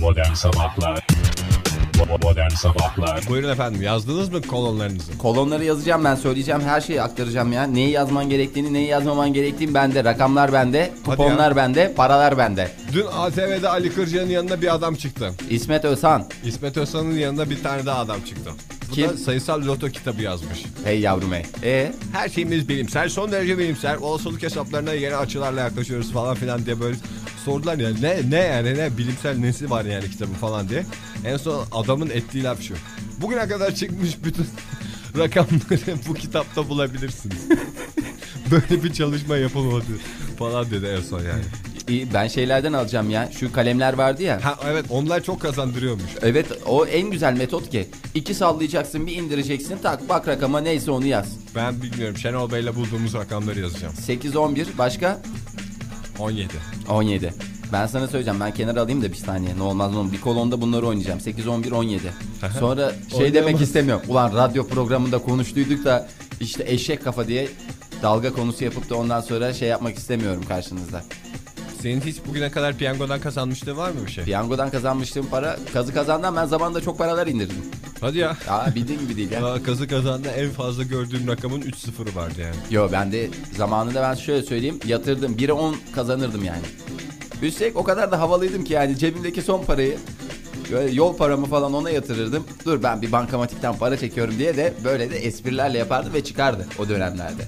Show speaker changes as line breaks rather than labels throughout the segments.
Modern Sabahlar Bo- Modern Sabahlar
Buyurun efendim yazdınız mı kolonlarınızı?
Kolonları yazacağım ben söyleyeceğim her şeyi aktaracağım ya. Neyi yazman gerektiğini neyi yazmaman gerektiğini bende. Rakamlar bende, kuponlar bende, paralar bende.
Dün ATV'de Ali Kırca'nın yanına bir adam çıktı.
İsmet Özhan.
İsmet Özhan'ın yanında bir tane daha adam çıktı. Bu
Kim?
da sayısal loto kitabı yazmış.
Hey yavrum hey. E
Her şeyimiz bilimsel, son derece bilimsel. Olasılık hesaplarına yeni açılarla yaklaşıyoruz falan filan diye böyle sordular ya ne ne yani ne bilimsel nesi var yani kitabın falan diye. En son adamın ettiği laf şu. Bugüne kadar çıkmış bütün rakamları bu kitapta bulabilirsiniz. böyle bir çalışma yapılmadı falan dedi en son yani.
iyi, ben şeylerden alacağım ya. Şu kalemler vardı ya.
Ha evet onlar çok kazandırıyormuş.
Evet o en güzel metot ki. İki sallayacaksın bir indireceksin tak bak rakama neyse onu yaz.
Ben bilmiyorum Şenol Bey'le bulduğumuz rakamları yazacağım.
8, 11 başka
17.
17. Ben sana söyleyeceğim ben kenara alayım da bir saniye ne olmaz ne olmaz. Bir kolonda bunları oynayacağım 8, 11, 17. Sonra şey demek
Oynayamaz.
istemiyorum. Ulan radyo programında konuştuyduk da işte eşek kafa diye dalga konusu yapıp da ondan sonra şey yapmak istemiyorum karşınızda.
Senin hiç bugüne kadar piyangodan kazanmışlığın var mı bir şey?
Piyangodan kazanmıştım para kazı kazandan ben zamanında çok paralar indirdim.
Hadi ya.
Ya bildiğin gibi değil ya.
Aa, kazı kazanda en fazla gördüğüm rakamın 3 sıfırı vardı yani.
Yo ben de zamanında ben şöyle söyleyeyim yatırdım 1'e 10 kazanırdım yani. Üstelik o kadar da havalıydım ki yani cebimdeki son parayı böyle yol paramı falan ona yatırırdım. Dur ben bir bankamatikten para çekiyorum diye de böyle de esprilerle yapardı ve çıkardı o dönemlerde.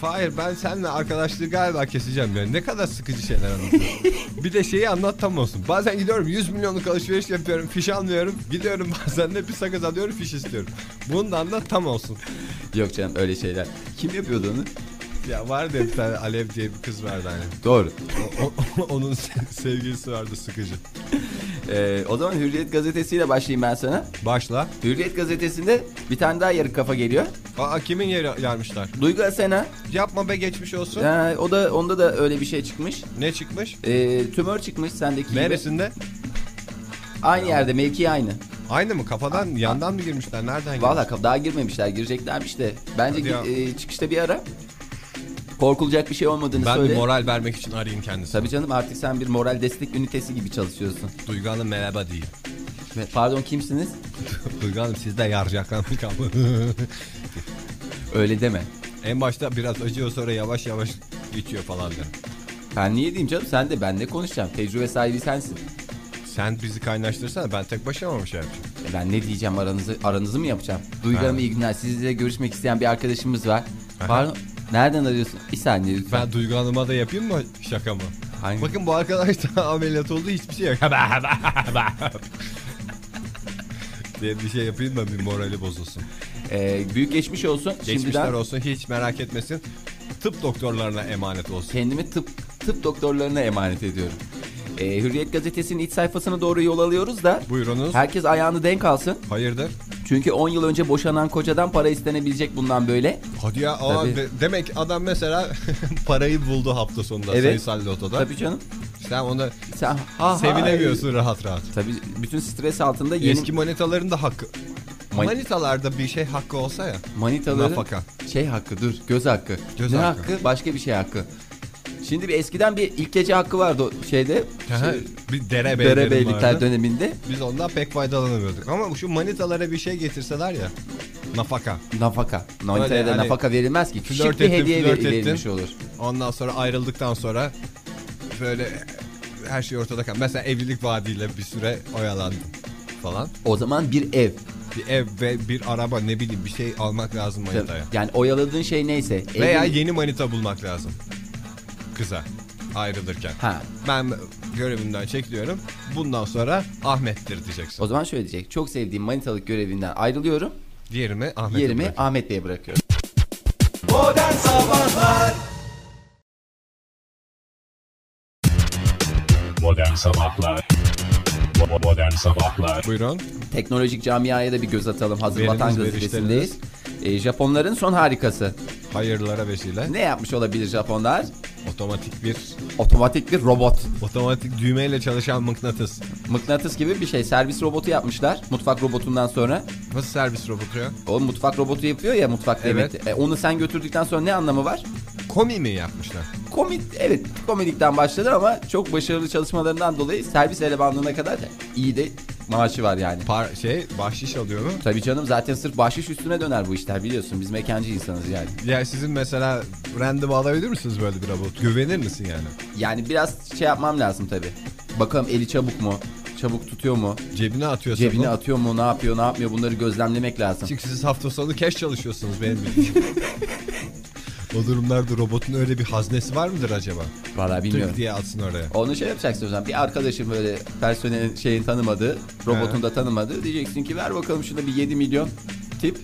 Hayır ben seninle arkadaşlığı galiba keseceğim yani. Ne kadar sıkıcı şeyler anlatıyorsun. bir de şeyi anlattam olsun. Bazen gidiyorum 100 milyonluk alışveriş yapıyorum fiş almıyorum. Gidiyorum bazen de bir sakız alıyorum fiş istiyorum. Bunu da anlat tam olsun.
Yok canım öyle şeyler. Kim yapıyordu onu?
Ya vardı ya bir tane Alev diye bir kız vardı hani.
Doğru.
O- o- onun se- sevgilisi vardı sıkıcı.
Ee, o zaman Hürriyet gazetesiyle başlayayım ben sana.
Başla.
Hürriyet gazetesinde bir tane daha yarık kafa geliyor.
Aa kimin yeri yarmışlar?
Duygu Asena.
Yapma be geçmiş olsun.
Ee, o da onda da öyle bir şey çıkmış.
Ne çıkmış?
Ee, tümör çıkmış sendeki gibi.
Neresinde?
Aynı yerde mevki aynı.
Aynı mı? Kafadan yandan mı girmişler? Nereden girmiş?
Valla kap- daha girmemişler gireceklermiş de. Bence
Hadi ya.
gi- e, çıkışta bir ara. Korkulacak bir şey olmadığını
Ben
söyle.
bir moral vermek için arayayım kendisini.
Tabii canım artık sen bir moral destek ünitesi gibi çalışıyorsun.
Duygu Hanım merhaba diyeyim.
Ve- Pardon kimsiniz?
Duygu Hanım siz de yaracaklandık ama.
Öyle deme.
en başta biraz acıyor sonra yavaş yavaş geçiyor falan derim.
Ben niye diyeyim canım sen de ben ne konuşacağım? Tecrübe sahibi sensin.
Sen bizi kaynaştırsana ben tek başıma mı şey yapacağım?
E Ben ne diyeceğim aranızı aranızı mı yapacağım? Duygu
Ha.
Hanım iyi günler. Sizinle görüşmek isteyen bir arkadaşımız var.
Aha.
Pardon. Nereden arıyorsun? Bir saniye lütfen.
Ben Duygu Hanım'a da yapayım mı şakamı?
Hangi-
Bakın bu arkadaş da ameliyat oldu hiçbir şey yok. diye bir şey yapayım da bir morali bozulsun.
E, büyük geçmiş olsun.
Geçmişler
Şimdiden
olsun hiç merak etmesin. Tıp doktorlarına emanet olsun.
kendimi tıp tıp doktorlarına emanet ediyorum. E, Hürriyet gazetesinin iç sayfasına doğru yol alıyoruz da
Buyurunuz.
herkes ayağını denk alsın.
Hayırdır?
Çünkü 10 yıl önce boşanan kocadan para istenebilecek bundan böyle.
Hadi ya aa,
Tabii.
de- demek adam mesela parayı buldu hafta sonunda
Evet.
sayısal lotoda.
Tabii canım.
Sen ona
Sen ha,
sevinemiyorsun rahat rahat.
Ha, tabii bütün stres altında yeni
Eski manitaların da hakkı.
Man-
Manitalarda bir şey hakkı olsa ya.
manitaların
Nafaka.
şey hakkı dur göz hakkı.
Göz
ne
hakkı.
hakkı? Başka bir şey hakkı. Şimdi bir eskiden bir ilk gece hakkı vardı o şeyde.
Aha,
şey,
bir dere
Derebeylikler
vardı.
döneminde
Biz ondan pek faydalanamıyorduk. Ama şu manitalara bir şey getirseler ya. Nafaka.
nafaka.
Öyle
Manitaya da
hani
nafaka verilmez ki. Küçük
flört
bir
ettin,
hediye
flört
ver-
ettin.
verilmiş olur.
Ondan sonra ayrıldıktan sonra böyle her şey ortada kal. Mesela evlilik vaadiyle bir süre oyalandım falan.
O zaman bir ev.
Bir ev ve bir araba ne bileyim bir şey almak lazım manitaya.
Yani oyaladığın şey neyse.
Veya
evin-
yeni manita bulmak lazım. Kıza ayrılırken.
Ha.
Ben görevimden çekiliyorum. Bundan sonra Ahmet'tir diyeceksin.
O zaman şöyle diyecek. Çok sevdiğim manitalık görevinden ayrılıyorum.
Diğerimi Ahmet'e
Yerimi
bırak.
Ahmet Bey'e bırakıyorum.
Modern Sabahlar Bo- Modern Sabahlar
Buyurun.
Teknolojik camiaya da bir göz atalım. Hazır
Veriniz,
Vatan Gazetesi'ndeyiz. E, Japonların son harikası.
Hayırlara vesile.
Ne yapmış olabilir Japonlar?
Otomatik bir
Otomatik bir robot.
otomatik düğmeyle çalışan mıknatıs.
Mıknatıs gibi bir şey. Servis robotu yapmışlar. Mutfak robotundan sonra.
Nasıl servis robotu ya?
O mutfak E, robotu yapıyor ya mutfak
Evet.
evet. onu sen götürdükten sonra ne anlamı var?
komi mi yapmışlar?
Komik evet komedikten başladı ama çok başarılı çalışmalarından dolayı servis elemanlığına kadar da iyi de maaşı var yani.
Par şey bahşiş alıyor mu?
Tabii canım zaten sırf bahşiş üstüne döner bu işler biliyorsun biz mekancı insanız yani.
Ya sizin mesela random alabilir misiniz böyle bir robot? Güvenir misin yani?
Yani biraz şey yapmam lazım tabii. Bakalım eli çabuk mu? Çabuk tutuyor mu?
Cebine atıyorsun.
Cebine
bunu.
atıyor mu? Ne yapıyor? Ne yapmıyor? Bunları gözlemlemek lazım.
Çünkü siz hafta sonu cash çalışıyorsunuz benim bildiğim. o durumlarda robotun öyle bir haznesi var mıdır acaba?
Vallahi bilmiyorum.
Tık diye atsın oraya.
Onu şey yapacaksın o zaman. Bir arkadaşım böyle personelin şeyin tanımadığı, robotun da tanımadığı. Diyeceksin ki ver bakalım şuna bir 7 milyon tip.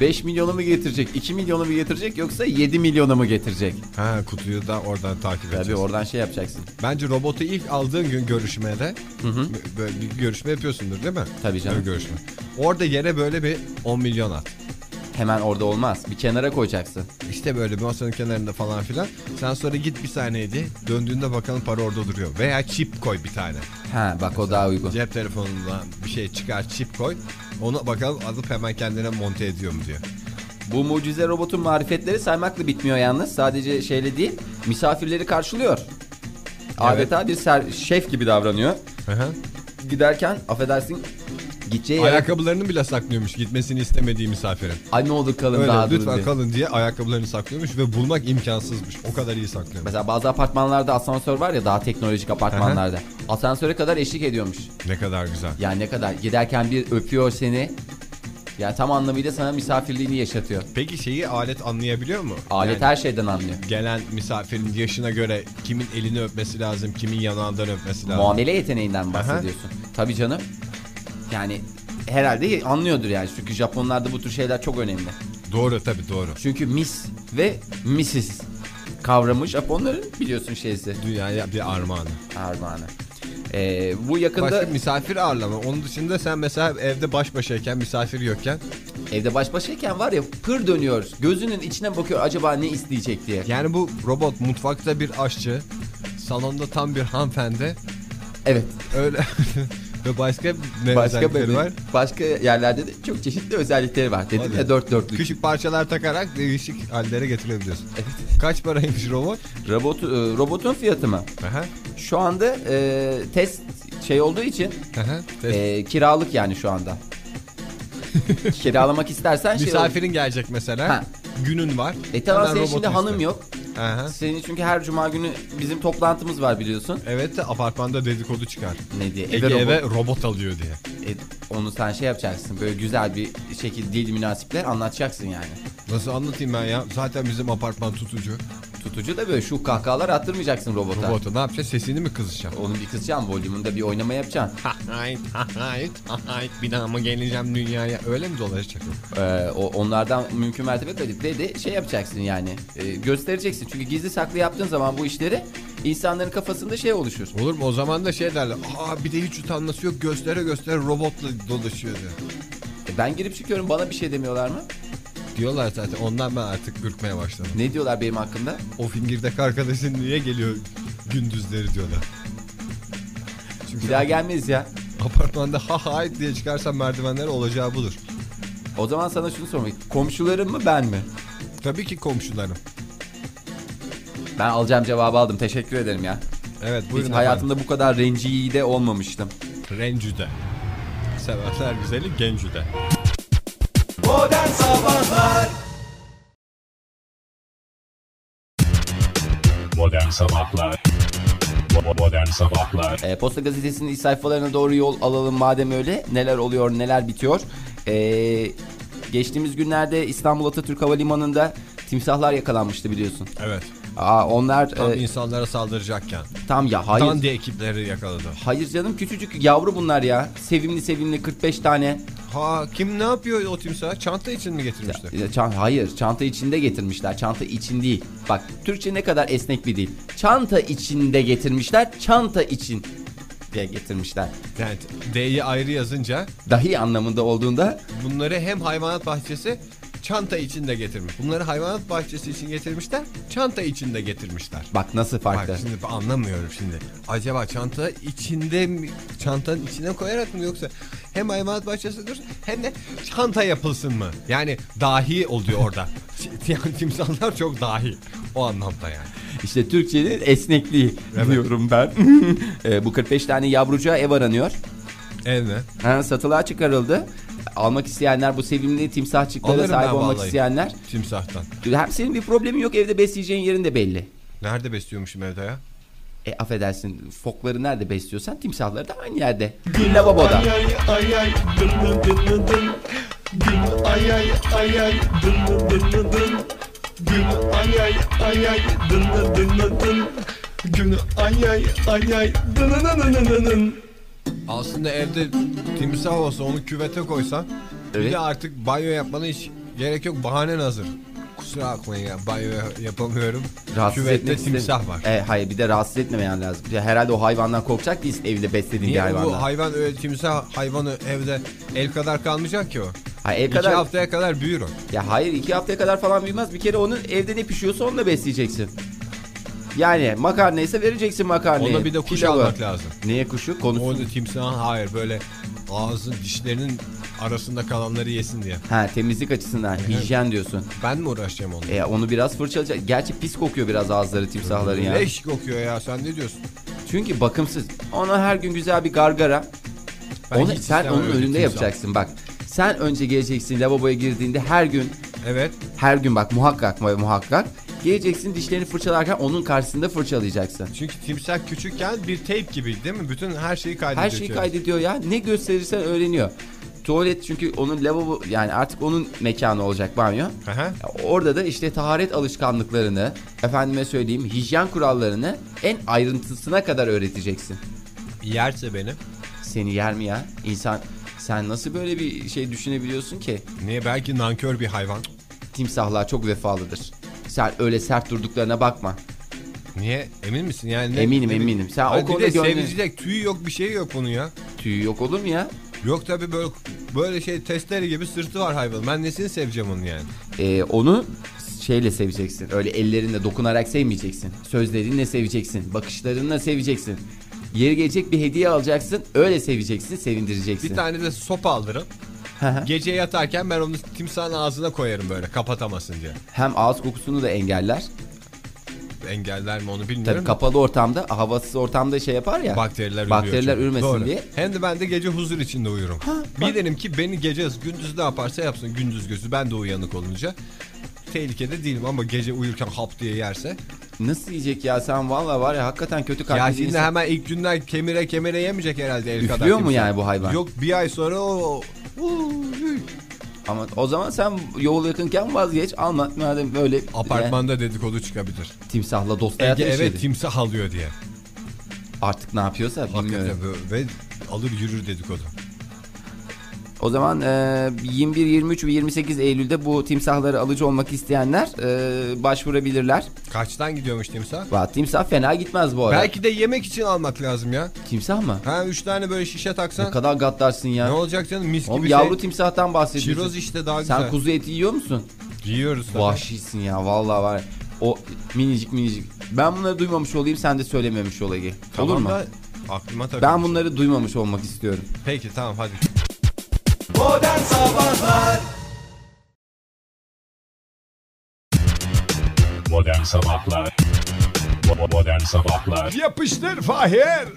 5 milyonu mu getirecek, 2 milyonu mu getirecek yoksa 7 milyonu mu getirecek?
Ha kutuyu da oradan takip edeceğiz.
Tabii oradan şey yapacaksın.
Bence robotu ilk aldığın gün görüşmede bö- böyle bir görüşme yapıyorsundur değil mi?
Tabii canım.
Böyle görüşme. Orada yere böyle bir 10 milyon at.
Hemen orada olmaz. Bir kenara koyacaksın.
İşte böyle bir masanın kenarında falan filan. Sen sonra git bir saniyede döndüğünde bakalım para orada duruyor. Veya çip koy bir tane.
Ha bak o daha uygun.
Cep telefonundan bir şey çıkar çip koy. Onu bakalım alıp hemen kendine monte ediyor mu diyor.
Bu mucize robotun marifetleri saymakla bitmiyor yalnız. Sadece şeyle değil, misafirleri karşılıyor. Adeta bir ser- şef gibi davranıyor. Giderken affedersin gideceği yere-
E, Ayakkabılarını bile saklıyormuş gitmesini istemediği misafirin.
Ay ne olur kalın
Öyle
daha durun
lütfen
diye.
kalın diye ayakkabılarını saklıyormuş ve bulmak imkansızmış. O kadar iyi saklıyormuş.
Mesela bazı apartmanlarda asansör var ya daha teknolojik apartmanlarda. Asansöre kadar eşlik ediyormuş.
Ne kadar güzel.
Yani ne kadar giderken bir öpüyor seni. Yani tam anlamıyla sana misafirliğini yaşatıyor.
Peki şeyi alet anlayabiliyor mu?
Alet
Yani
her şeyden anlıyor.
gelen misafirin yaşına göre kimin elini öpmesi lazım, kimin yanağından öpmesi lazım.
Muamele yeteneğinden bahsediyorsun. Tabii canım. Yani herhalde anlıyordur yani. Çünkü Japonlarda bu tür şeyler çok önemli.
Doğru tabii doğru.
Çünkü mis ve misis kavramı Japonların biliyorsun şeysi.
Dünyaya bir armağanı.
Armağanı. Ee, bu yakında
Başka misafir ağırlama. Onun dışında sen mesela evde baş başayken, misafir yokken
Evde baş başayken var ya pır dönüyor. Gözünün içine bakıyor acaba ne isteyecek diye.
Yani bu robot mutfakta bir aşçı, salonda tam bir hanımefendi.
Evet.
Öyle ve başka ne
Başka
özellikleri
böyle
var?
başka yerlerde de çok çeşitli özellikleri var. Dedim
Hadi.
ya dört dörtlük.
Küçük parçalar takarak değişik hallere getirebiliyorsun. Kaç paraymış robot?
Robot, e, robotun fiyatı mı?
Aha.
Şu anda e, test şey olduğu için
aha. Test.
e, kiralık yani şu anda. Kiralamak istersen şey
Misafirin gelecek mesela.
Ha.
Günün var.
E tamam
Hemen
senin
robotu
şimdi hanım
iste.
yok.
Aha.
Senin çünkü her cuma günü bizim toplantımız var biliyorsun.
Evet de apartmanda dedikodu çıkar.
Ne diye?
Ege
E, robot.
eve robot alıyor diye.
E, onu sen şey yapacaksın böyle güzel bir şekilde dil münasipler anlatacaksın yani.
Nasıl anlatayım ben ya? Zaten bizim apartman tutucu.
Tutucu da böyle şu kahkahalar attırmayacaksın robota.
Robota ne yapacağız? Sesini mi kızacağım?
Onu bir kısacaksın volümünde bir oynama yapacaksın.
Hayt, hayt, hayt. Bir daha mı geleceğim dünyaya? Öyle mi dolaşacak?
Ee, o, onlardan mümkün mertebe kaçıp ve de şey yapacaksın yani e, göstereceksin. Çünkü gizli saklı yaptığın zaman bu işleri insanların kafasında şey oluşur.
Olur mu? O zaman da şey derler. Aa bir de hiç utanması yok. Göstere göstere robotla dolaşıyor diyor.
E, ben girip çıkıyorum bana bir şey demiyorlar mı?
Diyorlar zaten. Ondan ben artık ürkmeye başladım.
Ne diyorlar benim hakkımda?
O fingirdek arkadaşın niye geliyor gündüzleri diyorlar. Çünkü
Bir daha gelmeyiz ya.
apartmanda ha hayt diye çıkarsan merdivenler olacağı budur.
O zaman sana şunu sormak. Komşularım mı ben mi?
Tabii ki komşularım.
Ben alacağım cevabı aldım. Teşekkür ederim ya.
Evet
Hiç
buyurun
hayatımda bu kadar rencide de olmamıştım.
efendim. Rencüde. Severler güzeli Gencüde.
Modern Sabahlar Modern Sabahlar
E, Posta Gazetesi'nin iç sayfalarına doğru yol alalım madem öyle. Neler oluyor, neler bitiyor. E, geçtiğimiz günlerde İstanbul Atatürk Havalimanı'nda timsahlar yakalanmıştı biliyorsun.
Evet.
Aa, onlar e,
Tam
tam,
insanlara saldıracakken.
ya hayır.
Dandi ekipleri yakaladı.
Hayır canım küçücük yavru bunlar ya. Sevimli sevimli 45 tane.
Ha kim ne yapıyor o timsah? Çanta için mi getirmişler?
E, çan- hayır çanta içinde getirmişler. Çanta için değil. Bak Türkçe ne kadar esnek bir dil. Çanta içinde getirmişler. Çanta için diye getirmişler.
Yani D'yi ayrı yazınca
Dahi anlamında olduğunda
bunları hem hayvanat bahçesi çanta içinde getirmiş. Bunları hayvanat bahçesi için getirmişler, çanta içinde getirmişler.
bak nasıl
Bak
farklı.
şimdi ben anlamıyorum şimdi. Acaba çanta içinde mi, çantanın içine koyarak mı yoksa hem hayvanat bahçesi dursun hem de çanta yapılsın mı? Yani dahi oluyor orada. Tim- Timsahlar çok dahi. O anlamda yani.
İşte Türkçenin esnekliği
Evet.
diyorum ben. E, bu 45 tane yavrucağa ev aranıyor.
Evet.
Ha, satılığa çıkarıldı. Almak isteyenler bu sevimli timsahçıklara
Alırım
sahip
ben
olmak
vallahi.
isteyenler.
Timsahtan.
Hem senin bir problemin yok evde besleyeceğin yerin de belli.
Nerede besliyormuşum evde ya?
E affedersin fokları nerede besliyorsan timsahları da aynı yerde. Lavaboda.
Aslında evde timsah olsa onu küvete koysan bir
Evet.
de artık banyo yapmana hiç gerek yok. Bahanen hazır. Kusura bakmayın ya banyo yapamıyorum.
Rahatsız
Küvette
etmek
timsah
istemi-
var.
E, hayır bir de rahatsız etmemen lazım. Ya, herhalde o hayvandan korkacak değil evde beslediğin bir
Niye
hayvandan.
bu hayvan öyle timsah hayvanı evde el kadar kalmayacak ki o.
Ha, ev
İki
kadar,
haftaya kadar büyür o.
Ya hayır iki haftaya kadar falan büyümez. Bir kere onun evde ne pişiyorsa onunla besleyeceksin. Yani makarnaysa vereceksin makarnayı.
Ona bir de kuş
Pilavı.
almak lazım.
Niye kuşu? Konusu.
O da timsahın hayır böyle ağzın dişlerinin arasında kalanları yesin diye.
Ha temizlik açısından hijyen diyorsun.
Ben mi uğraşacağım onunla?
E, onu biraz fırçalayacak. Gerçi pis kokuyor biraz ağızları timsahların ya.
Leş kokuyor ya sen ne diyorsun?
Çünkü bakımsız. Ona her gün güzel bir gargara.
Ben
Onu,
hiç
sen
istemem
onun
öyle
önünde
timsah.
yapacaksın bak. Sen önce geleceksin lavaboya girdiğinde her gün
Evet.
her gün bak muhakkak mu- muhakkak geleceksin dişlerini fırçalarken onun karşısında fırçalayacaksın.
Çünkü timsah küçükken bir teyp gibi değil mi? Bütün her şeyi kaydediyor.
Her şeyi
ki.
kaydediyor ya. Ne gösterirsen öğreniyor. Tuvalet çünkü onun lavabo yani artık onun mekanı olacak banyo.
Aha.
Orada da işte taharet alışkanlıklarını, efendime söyleyeyim hijyen kurallarını en ayrıntısına kadar öğreteceksin.
Yerse beni.
Seni yer mi ya? İnsan sen nasıl böyle bir şey düşünebiliyorsun ki?
Niye belki nankör bir hayvan.
Timsahlar çok vefalıdır. Sen öyle sert durduklarına bakma.
Niye? Emin misin? Yani ne-
Eminim,
ne-
eminim. Sen o
Ay,
konuda
bir de
gönlün-
sevecek tüyü yok bir şey yok bunun ya.
Tüyü yok olur mu ya?
Yok tabi böyle böyle şey testere gibi sırtı var hayvan. Ben nesini seveceğim onun yani.
Ee, onu şeyle seveceksin. Öyle ellerinle dokunarak sevmeyeceksin. Sözlerinle seveceksin. Bakışlarınla seveceksin. Yeri gelecek bir hediye alacaksın. Öyle seveceksin, sevindireceksin.
Bir tane de sopa alırım. Gece yatarken ben onu timsahın ağzına koyarım böyle kapatamasın diye.
Hem ağız kokusunu da engeller.
Engeller mi onu bilmiyorum.
Tabii
da.
kapalı ortamda, havasız ortamda şey yapar ya.
Bakteriler, ürüyor
Bakteriler
çünkü.
ürmesin
Doğru.
diye.
Hem de ben de gece huzur içinde uyurum. Bilirim ki beni gece gündüz ne yaparsa yapsın gündüz gözü ben de uyanık olunca tehlikede değilim ama gece uyurken hap diye yerse.
Nasıl yiyecek ya sen valla var ya hakikaten kötü kalpli
Ya
bir
şimdi
insan.
hemen ilk günden kemire kemire yemeyecek herhalde el
Üflüyor
kadar
mu
kimse.
yani bu hayvan?
Yok bir ay sonra o Uy.
Ama o zaman sen yol yakınken vazgeç alma. Madem böyle
apartmanda dedikodu çıkabilir.
e, timsahla dost
Ege
hayatı
evet
yaşıyordu.
timsah alıyor diye.
Artık ne yapıyorsa bilmiyorum.
Hakikaten böyle ve alır yürür dedikodu.
O zaman e, 21, 23 ve 28 Eylül'de bu timsahları alıcı olmak isteyenler e, başvurabilirler.
Kaçtan gidiyormuş timsah?
Va, timsah fena gitmez bu arada.
Belki de yemek için almak lazım ya.
Timsah mı?
Ha üç tane böyle şişe
Ne
taksan
kadar gaddarsın
ne
ya.
olacak canım mis
Oğlum
gibi
yavru
şey.
timsahtan bahsediyorsun.
Çiroz işte daha güzel.
Sen kuzu eti yiyor musun?
Yiyoruz tabii.
Vahşisin ya vallahi var. ya. O minicik minicik. Ben bunları duymamış olayım sen de söylememiş olayı.
Tamam
Olur mu?
da aklıma takılmış.
Ben bunları duymamış olmak istiyorum.
Peki tamam hadi.
Modern Sabahlar Modern Sabahlar
Yapıştır Fahir.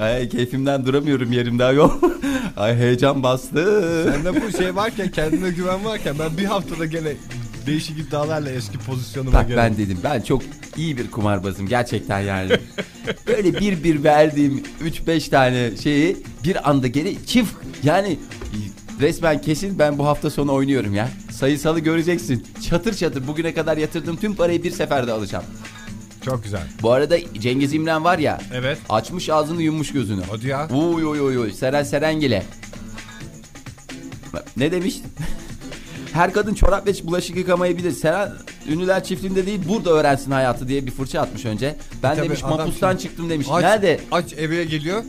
Ay keyfimden duramıyorum yerimde ayol. Ay heyecan bastı.
Bende bu şey varken kendime güven varken ben bir haftada gene değişik iddialarla eski pozisyonuma
Bak
gelelim.
ben dedim ben çok iyi bir kumarbazım gerçekten yani. Böyle bir bir verdiğim 3-5 tane şeyi bir anda geri çift yani resmen kesin ben bu hafta sonu oynuyorum ya. Sayısalı göreceksin. Çatır çatır bugüne kadar yatırdığım tüm parayı bir seferde alacağım.
Çok güzel.
Bu arada Cengiz İmren var ya.
Evet.
Açmış ağzını yummuş gözünü.
Hadi ya.
Uy uy uy uy. Seren Serengil'e. Ne demiş? Her kadın çorap ve bulaşık yıkamayı bilir. Seren ünlüler çiftliğinde değil burada öğrensin hayatı diye bir fırça atmış önce. Ben
E Tabii
demiş
adam
mahpustan
şimdi-
çıktım demiş.
Aç,
Nerede?
Aç eve geliyor.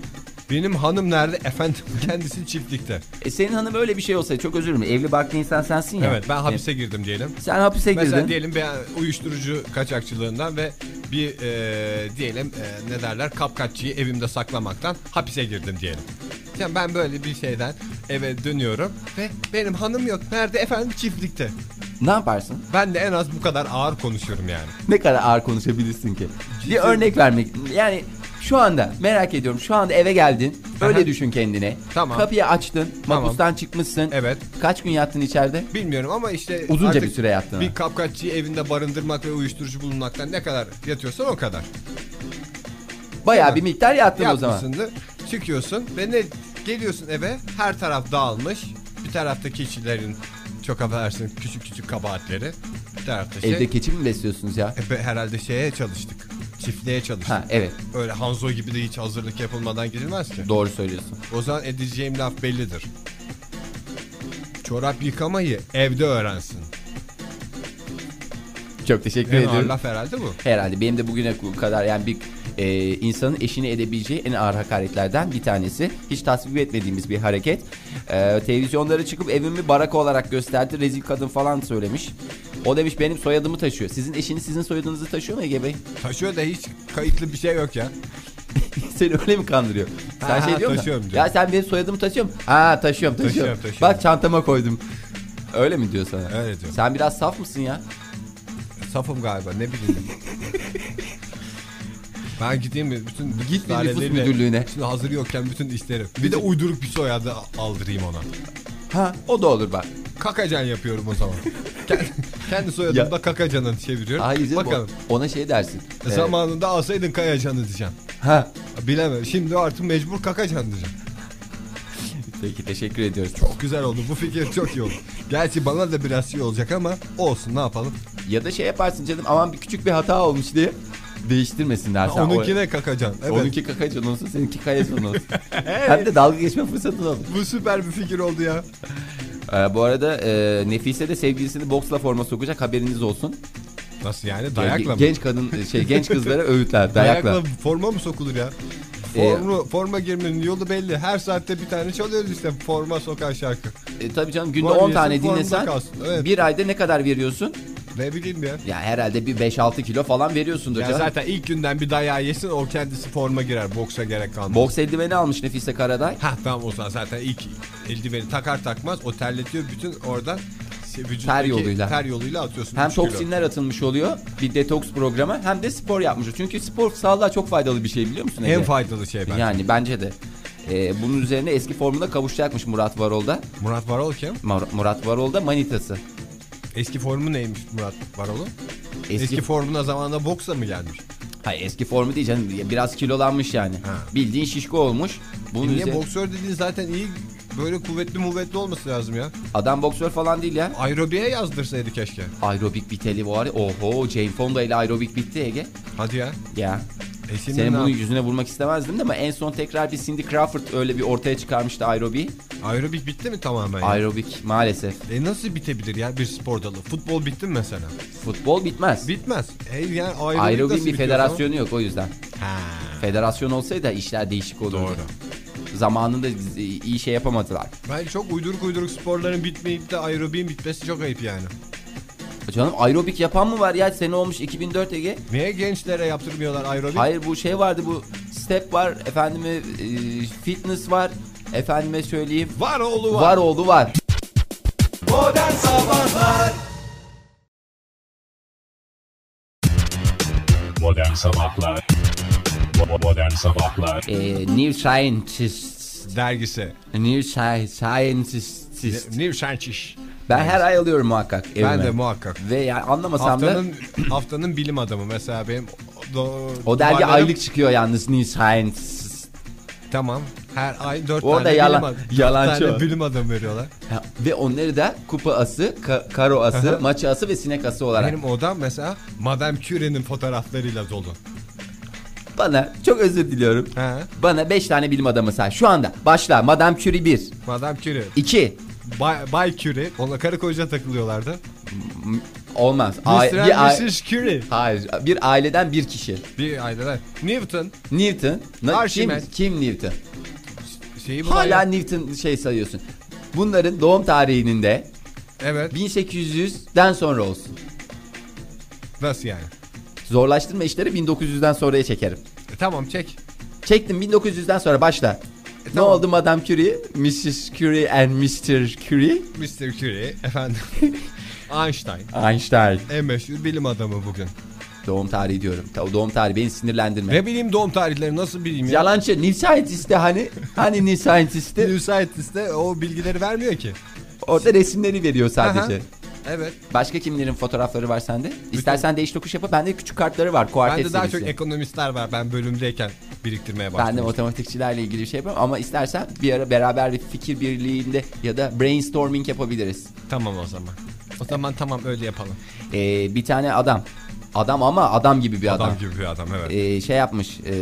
Benim hanım nerede? Efendim kendisi çiftlikte.
E, senin hanım öyle bir şey olsa çok özür dilerim. Evli barklı insan sensin ya.
Evet ben hapise girdim diyelim.
E, sen hapise girdin.
Mesela diyelim ben uyuşturucu kaçakçılığından ve bir e, diyelim e, ne derler kapkaççıyı evimde saklamaktan hapise girdim diyelim. Yani ben böyle bir şeyden eve dönüyorum ve benim hanım yok. Nerede efendim? Çiftlikte.
Ne yaparsın?
Ben de en az bu kadar ağır konuşuyorum yani.
Ne kadar ağır konuşabilirsin ki? Bir örnek vermek. Yani şu anda merak ediyorum. Şu anda eve geldin. Öyle
Aha.
düşün kendine.
Tamam.
Kapıyı açtın.
Tamam.
Mahpustan çıkmışsın.
Evet.
Kaç gün yattın içeride?
Bilmiyorum ama işte
Uzunca
artık
bir süre yattın.
Bir kapkaççıyı evinde barındırmak ve uyuşturucu bulunmaktan ne kadar yatıyorsan o kadar.
Bayağı bir miktar yattın o zaman.
Yapmışsındır. Çıkıyorsun ve ne geliyorsun eve her taraf dağılmış. Bir tarafta keçilerin çok affedersin küçük küçük kabahatleri. Bir tarafta şey.
Evde keçi mi besliyorsunuz ya?
E, be- herhalde şeye çalıştık. Çiftliğe çalıştık.
Ha e- evet.
Öyle Hanzo gibi de hiç hazırlık yapılmadan girilmez ki.
Doğru söylüyorsun.
O zaman edeceğim laf bellidir. Çorap yıkamayı evde öğrensin.
Çok teşekkür
En ağır
ederim.
laf herhalde bu.
Herhalde benim de bugüne kadar yani bir e, insanın eşini edebileceği en ağır hakaretlerden bir tanesi. Hiç tasvip etmediğimiz bir hareket. E, televizyonlara çıkıp evimi baraka olarak gösterdi. Rezil kadın falan söylemiş. O demiş benim soyadımı taşıyor. Sizin eşiniz sizin soyadınızı taşıyor mu Ege Bey?
Taşıyor da hiç kayıtlı bir şey yok ya.
Seni öyle mi kandırıyor? Sen
Ha,
şey
ha,
diyor
taşıyorum diyor.
Ya sen benim soyadımı taşıyor musun? Ha taşıyorum taşıyorum.
Taşıyorum, taşıyorum.
Bak çantama koydum. Öyle mi diyor sana?
Öyle diyor.
Sen biraz saf mısın ya?
Safım galiba ne bileyim. ben gideyim mi? Bütün
Git bir nüfus
daireleriyle-
müdürlüğüne.
Şimdi hazır yokken bütün işlerim. Bir de uyduruk bir soyadı aldırayım ona.
Ha o da olur bak.
Kakacan yapıyorum o zaman. kendi, kendi soyadımı
Ya.
da Kakacan'ı çeviriyorum.
Hayır canım,
Bakalım. E,
o- ona şey dersin. Ee,
Zamanında alsaydın Kayacan'ı diyeceğim.
Ha
Bilemem. Şimdi artık mecbur Kakacan diyeceğim.
Peki teşekkür ediyoruz.
Çok güzel oldu. Bu fikir çok iyi oldu. Gerçi bana da biraz şey olacak ama olsun ne yapalım.
Ya da şey yaparsın canım aman bir küçük bir hata olmuş diye değiştirmesinler.
Ha,
Sen
Onunki ne Kakacan?
o-
Evet.
Onunki kakacan olsun seninki kayacan olsun. Hem de dalga geçme fırsatın olur.
Bu süper bir fikir oldu ya.
Ee, bu arada e, Nefise de sevgilisini boksla forma sokacak haberiniz olsun. Ee,
Nasıl yani? Dayakla mı?
Genç kadın şey genç kızlara öğütler dayakla.
Dayakla. forma mı sokulur ya?
Ee,
Formu, forma girmenin yolu belli. Her saatte bir tane çalıyoruz işte forma sokan şarkı.
E, tabii canım günde
Var
10
diyorsun,
tane
formda
dinlesen
kalsın. Evet.
bir ayda ne kadar veriyorsun?
Ne bileyim ya.
Ya herhalde bir 5-6 kilo falan veriyorsundur
Ya
canım.
zaten ilk günden bir dayağı yesin o kendisi forma girer. Boksa gerek kalmaz.
Boks eldiveni almış Nefise Karaday.
Hah tamam o zaman zaten ilk eldiveni takar takmaz o terletiyor bütün oradan şey, vücuttaki
Ter yoluyla.
ter yoluyla atıyorsun.
Hem
üç kilo.
toksinler atılmış oluyor bir detoks programı hem de spor yapmış. oluyor. Çünkü spor sağlığa çok faydalı bir şey biliyor musun?
En
Ege?
faydalı şey bence.
Yani bence de. Ee, bunun üzerine eski formuna kavuşacakmış Murat Varol'da.
Murat Varol kim?
Mar- Murat Varol'da manitası.
Eski formu neymiş Murat Varol'un? Eski,
Eski,
formuna zamanında boksla mı gelmiş? E
Hayır, eski formu değil canım. Biraz kilolanmış yani.
Ha. E
Bildiğin şişko olmuş. Bunun
Niye
üzerine-
boksör dediğin zaten iyi böyle kuvvetli kuvvetli olması lazım ya.
Adam boksör falan değil ya.
Aerobiye yazdırsaydı keşke.
Aerobik biteli var. Oho Jane Fonda ile aerobik bitti Ege.
Hadi ya.
Ya.
E şimdi
Senin
ne
bunu
yap-
yüzüne vurmak istemezdim de ama en son tekrar bir Cindy Crawford öyle bir ortaya çıkarmıştı aerobiği.
Aerobik bitti mi tamamen? ya?
Aerobik maalesef.
E nasıl bitebilir ya bir spor dalı? Futbol bitti mi mesela?
Futbol bitmez.
Bitmez. E yani aerobik,
Aerobik
nasıl
bir
bitiyor
federasyonu yok o yüzden.
o zaman? Ha.
Federasyon olsaydı işler değişik olurdu.
Doğru.
Zamanında biz- iyi şey yapamadılar.
Ben çok uyduruk uyduruk sporların bitmeyip de aerobiğin bitmesi çok ayıp yani.
E Canım aerobik yapan mı var ya? Sene olmuş 2004 Ege.
Niye gençlere yaptırmıyorlar aerobik?
Hayır bu şey vardı bu step var efendime e, fitness var efendime söyleyeyim
Var oğlu var.
var oldu var.
Modern Sabahlar
Modern Sabahlar Modern Sabahlar
E, new scientist
Dergisi.
new sci- scientist
New Scientist.
ben her ay alıyorum muhakkak evime.
Ben de muhakkak.
Ve yani anlamasam da
Haftanın, haftanın bilim adamı mesela benim do-
o dergi
duvarlarım-
aylık çıkıyor yalnız new scientist.
Tamam. Her ay dört
Orada
tane
yalan-
bilim adamı. dört
yalancı
tane
o.
bilim adamı veriyorlar.
Ha, Ve onları da kupa ası, ka- karo ası, maçı ası ve sinek ası olarak.
Benim odam mesela Madame Curie'nin fotoğraflarıyla dolu.
Bana çok özür diliyorum.
He.
Bana 5 tane bilim adamı say. Şu anda başla. Madame Curie 1,
Madame Curie.
2.
Bay, Bay Curie. Onunla karı koca takılıyorlardı.
Olmaz. Ay-
Mr.
bir şey-
and
ai-
Mrs. Curie.
Hayır. Bir aileden bir kişi.
Bir aileler. Newton
Newton. Na-
Arşimet.
Kim, kim Newton?
şeyi bulan
Hala
ya.
Newton şey sayıyorsun. Bunların doğum tarihinin de
Evet.
1800'den sonra olsun.
Nasıl yani?
Zorlaştırma işleri 1900'den sonraya çekerim.
E, tamam çek.
Çektim 1900'den sonra başla. Ne
E, tamam.
oldu Madame Curie? Mrs. Curie and Mr. Curie.
Mr. Curie efendim. Einstein.
Einstein.
En meşhur bilim adamı bugün.
Doğum tarihi diyorum. Ta- Doğum tarihi beni sinirlendirme.
Ne bileyim doğum tarihleri nasıl bileyim ya?
Yalancı. New Scientist'te hani. Hani New Scientist'te.
Müsaitiste o bilgileri vermiyor ki.
Orada resimleri veriyor sadece.
Aha. Evet.
Başka kimlerin fotoğrafları var sende? İstersen değiş tokuş yapıp bende küçük kartları var. Kuartet
Bende daha çok
serisi.
ekonomistler var ben bölümdeyken biriktirmeye
Ben de
başladım.
matematikçilerle ilgili bir şey yapıyorum ama istersen bir ara beraber bir fikir birliğinde ya da brainstorming yapabiliriz.
Tamam o zaman. O zaman tamam öyle yapalım.
Ee, bir tane adam. Adam ama adam gibi bir adam.
Adam gibi bir adam evet.
Ee, şey yapmış. ee,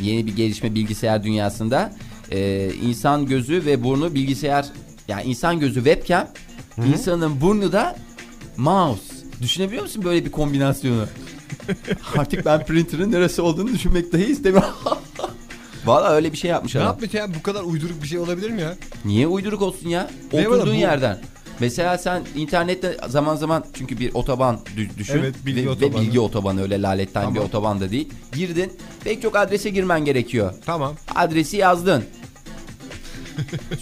yeni bir gelişme bilgisayar dünyasında. Ee, insan gözü ve burnu bilgisayar yani insan gözü webcam, insanın burnu da mouse. Düşünebiliyor musun böyle bir kombinasyonu? Artık ben printer'ın neresi olduğunu düşünmek dahi istemiyorum. Valla öyle bir şey yapmış
ne
adam.
yapmış ya bu kadar uyduruk bir şey olabilir mi ya?
Niye uyduruk olsun ya?
Ne var
Oturduğun
bu?
yerden. Mesela sen internette zaman zaman çünkü bir otoban dü- düşün.
Evet, bilgi
ve, ve
otobanı.
bilgi otobanı öyle laletten bir
Tamam.
otoban da değil. Girdin pek çok adrese girmen gerekiyor.
Tamam.
Adresi yazdın.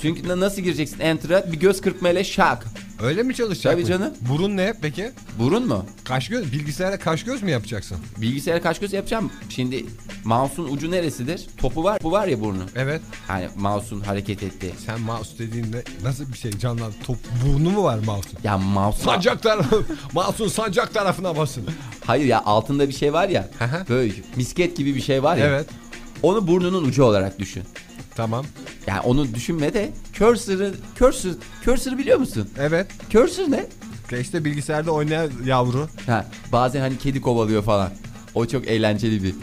çünkü na- nasıl gireceksin enter'a bir göz kırpmayla şak.
Öyle mi çalışacak?
Tabii
bu?
canım.
Burun ne peki?
Burun mu?
Kaş göz bilgisayara kaş göz mü yapacaksın?
Bilgisayara kaç göz yapacağım. Şimdi mouse'un ucu neresidir? Topu var, bu var ya burnu.
Evet.
Yani mouse'un hareket ettiği.
Sen mouse dediğinde nasıl bir şey canlan top burnu mu var mouse'un?
Ya mouse
Sancak tarafı. mouse'un sancak tarafına basın.
Hayır ya altında bir şey var ya.
Aha.
böyle misket gibi bir şey var ya.
Evet.
Onu burnunun ucu olarak düşün.
Tamam.
Yani onu düşünme de cursor'ı cursor cursor'ı biliyor musun?
Evet.
Cursor ne?
İşte bilgisayarda oynayan yavru.
Ha, bazen hani kedi kovalıyor falan. O çok eğlenceli bir.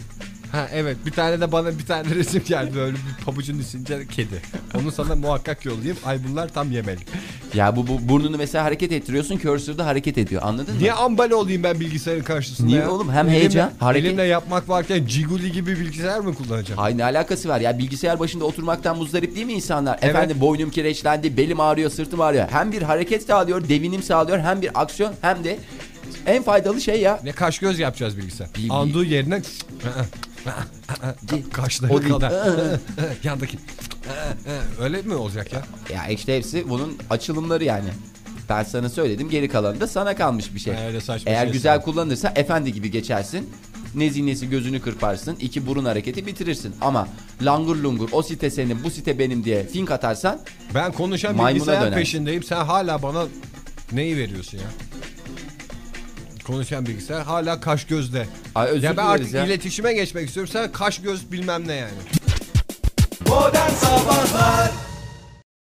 Ha evet bir tane de bana bir tane resim geldi böyle bir pabucun içinde kedi. Onu sana muhakkak yollayayım. Ay bunlar tam yemelik.
Ya bu, bu burnunu mesela hareket ettiriyorsun, cursor da hareket ediyor. Anladın
Niye
mı?
ambal olayım ben bilgisayarın karşısında
Niye
ya?
oğlum? Hem
Elimle-
heyecan, hareket-
Elimle yapmak varken Ciguli gibi bilgisayar mı kullanacağım?
Hayır ne alakası var ya bilgisayar başında oturmaktan muzdarip değil mi insanlar?
Evet.
Efendim boynum kireçlendi, belim ağrıyor, sırtım ağrıyor. Hem bir hareket sağlıyor, devinim sağlıyor, hem bir aksiyon hem de en faydalı şey ya
Ne kaş göz yapacağız bilgisayar.
Bil-
Andığı yerine kaşları
O değil.
kadar. Yandaki. Öyle mi olacak ya?
Ya işte hepsi bunun açılımları yani. Ben sana söyledim geri kalanı da sana kalmış bir şey.
Öyle saçma
Eğer
şey
güzel
sanırım.
kullanırsan efendi gibi geçersin. Nezi nezi gözünü kırparsın. iki burun hareketi bitirirsin. Ama langur lungur o site senin bu site benim diye fink atarsan
Ben konuşan
Maymuna
bilgisayar
döner.
peşindeyim. Sen hala bana neyi veriyorsun ya? Konuşan bilgisayar hala kaş gözde.
Ay özür
ya ben
dileriz
artık
ya.
iletişime geçmek istiyorum. Sen kaş göz bilmem ne yani.
Modern Sabahlar